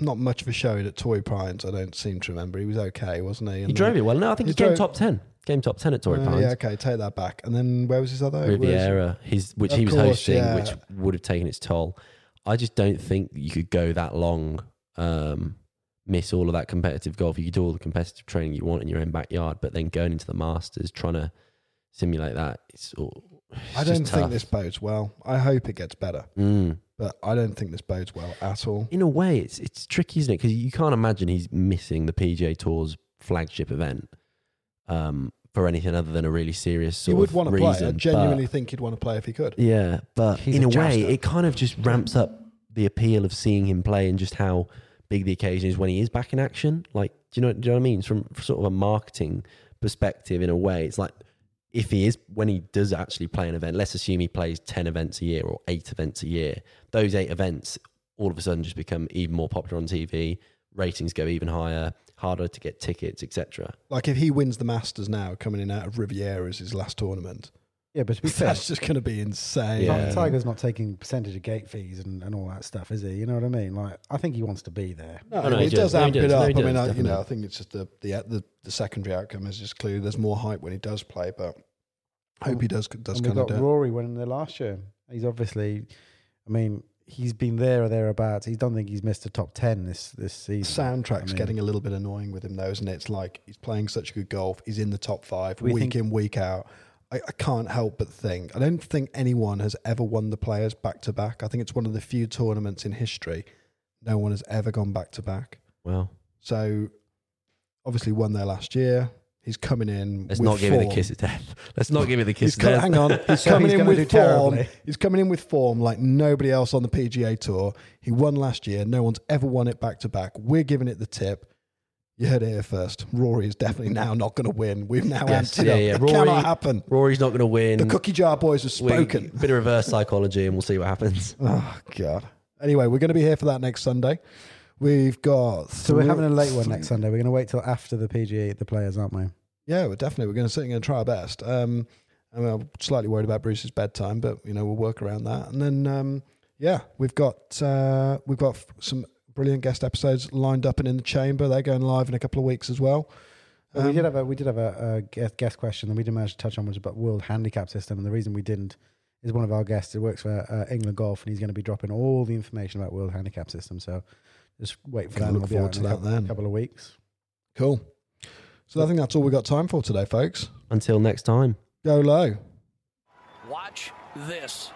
S4: not much of a showing at Toy Pines. I don't seem to remember. He was okay, wasn't he? And
S3: He drove it well. No, I think
S4: He
S3: he, came
S4: drove-
S3: top ten. Came top ten at Torrey
S2: Oh,
S4: Uh,
S3: Pines.
S4: yeah, okay, take that back. And then where was his other? It was-
S3: Riviera, his which
S4: Of
S3: he was
S4: course,
S3: hosting,
S4: yeah.
S3: which would have taken its toll. I just don't think you could go that long, um, miss all of that competitive golf. You could do all the competitive training you want in your own backyard, but then going into the Masters trying to simulate that, it's all. It's
S4: I
S3: just
S4: don't think
S3: tough.
S4: this bodes well. I hope it gets better,
S3: Mm.
S4: but I don't think this bodes well at all.
S3: in a way, it's it's tricky, isn't it? Because you can't imagine he's missing the PGA Tour's flagship event um, for anything other than a really serious
S4: He
S3: sort
S4: would
S3: of
S4: want to play.
S3: reason.
S4: I
S3: but-
S4: genuinely think he'd want to play if he could.
S3: yeah, but
S2: He's
S3: in
S2: a
S3: a, way,
S2: jouster.
S3: it kind of just ramps up the appeal of seeing him play and just how big the occasion is when he is back in action. Like, do you know? Do you know what I mean? It's From sort of a marketing perspective, in a way, it's like if he is when he does actually play an event. Let's assume he plays ten events a year or eight events a year. Those eight events all of a sudden just become even more popular on TV. Ratings go even higher, harder to get tickets, etc.
S4: Like if he wins the Masters now, coming in out of Riviera as his last tournament,
S2: Yeah, but to be fair,
S4: that's just going to be insane.
S3: Yeah.
S2: Ti- Tiger's not taking percentage of gate fees and, and all that stuff, is he? You know what I mean? Like, I think he wants to be there.
S4: No,
S3: No, no,
S4: it
S3: he
S4: does
S3: does. No, he
S4: amp it
S3: does. No,
S4: up.
S3: he
S4: I mean,
S3: does,
S4: I, you know,
S3: definitely.
S4: I think it's just the the, the the secondary outcome is just clearly there's more hype when he does play, but I hope he does does
S2: and we
S4: kind of
S2: got
S4: do. it.
S2: Rory winning there last year. He's obviously, I mean, he's been there or thereabouts. He don't think he's missed a top ten this this season.
S4: Soundtrack's
S2: I mean-
S4: getting a little bit annoying with him though, isn't it? It's like he's playing such good golf. He's in the top five
S2: We
S4: week
S2: think-
S4: in week out. I, I can't help but think. I don't think anyone has ever won the Players back to back. I think it's one of the few tournaments in history no one has ever gone back to back.
S3: Well,
S4: So obviously won there last year. He's coming in.
S3: Let's
S4: with
S3: not give it the
S4: form.
S3: kiss of death. Let's not give it the kiss
S4: He's
S3: of
S4: co-
S3: death.
S4: hang on. He's
S2: So
S4: coming
S2: he's
S4: in
S2: gonna
S4: with
S2: do
S4: form.
S2: terribly.
S4: He's coming in with form like nobody else on the PGA Tour. He won last year. No one's ever won it back to back. We're giving it the tip. You heard it here first. Rory is definitely now not going to win. We've now
S3: Yes,
S4: emptied
S3: yeah,
S4: up.
S3: yeah.
S4: It
S3: Rory-
S4: cannot happen.
S3: Rory's not going to win.
S4: The cookie jar boys have
S3: We-
S4: spoken.
S3: bit of reverse psychology, and we'll see what happens.
S4: Oh God. Anyway, we're going to be here for that next Sunday. We've got
S2: So we're having a late one next Sunday. We're going to wait till after the PGA, the players, aren't we?
S4: yeah, we're definitely we're going to sit and try our best. Um, I mean, I'm slightly worried about Bruce's bedtime, but you know we'll work around that. And then um, yeah, we've got uh, we've got f- some brilliant guest episodes lined up and in the chamber. They're going live in a couple of weeks as well.
S2: But we did
S4: Um,
S2: have a we did have a, a guest, guest question that we didn't manage to touch on, which was about world handicap system. And the reason we didn't is one of our guests who works for uh, England Golf, and he's going to be dropping all the information about world handicap system. So just wait for
S4: Can
S2: that. and
S4: look
S2: it'll be
S4: forward
S2: out
S4: to
S2: in a
S4: that
S2: couple,
S4: then.
S2: Couple of weeks.
S4: Cool. So I think that's all we got time for today, folks.
S3: Until next time.
S4: Go low.
S1: Watch this.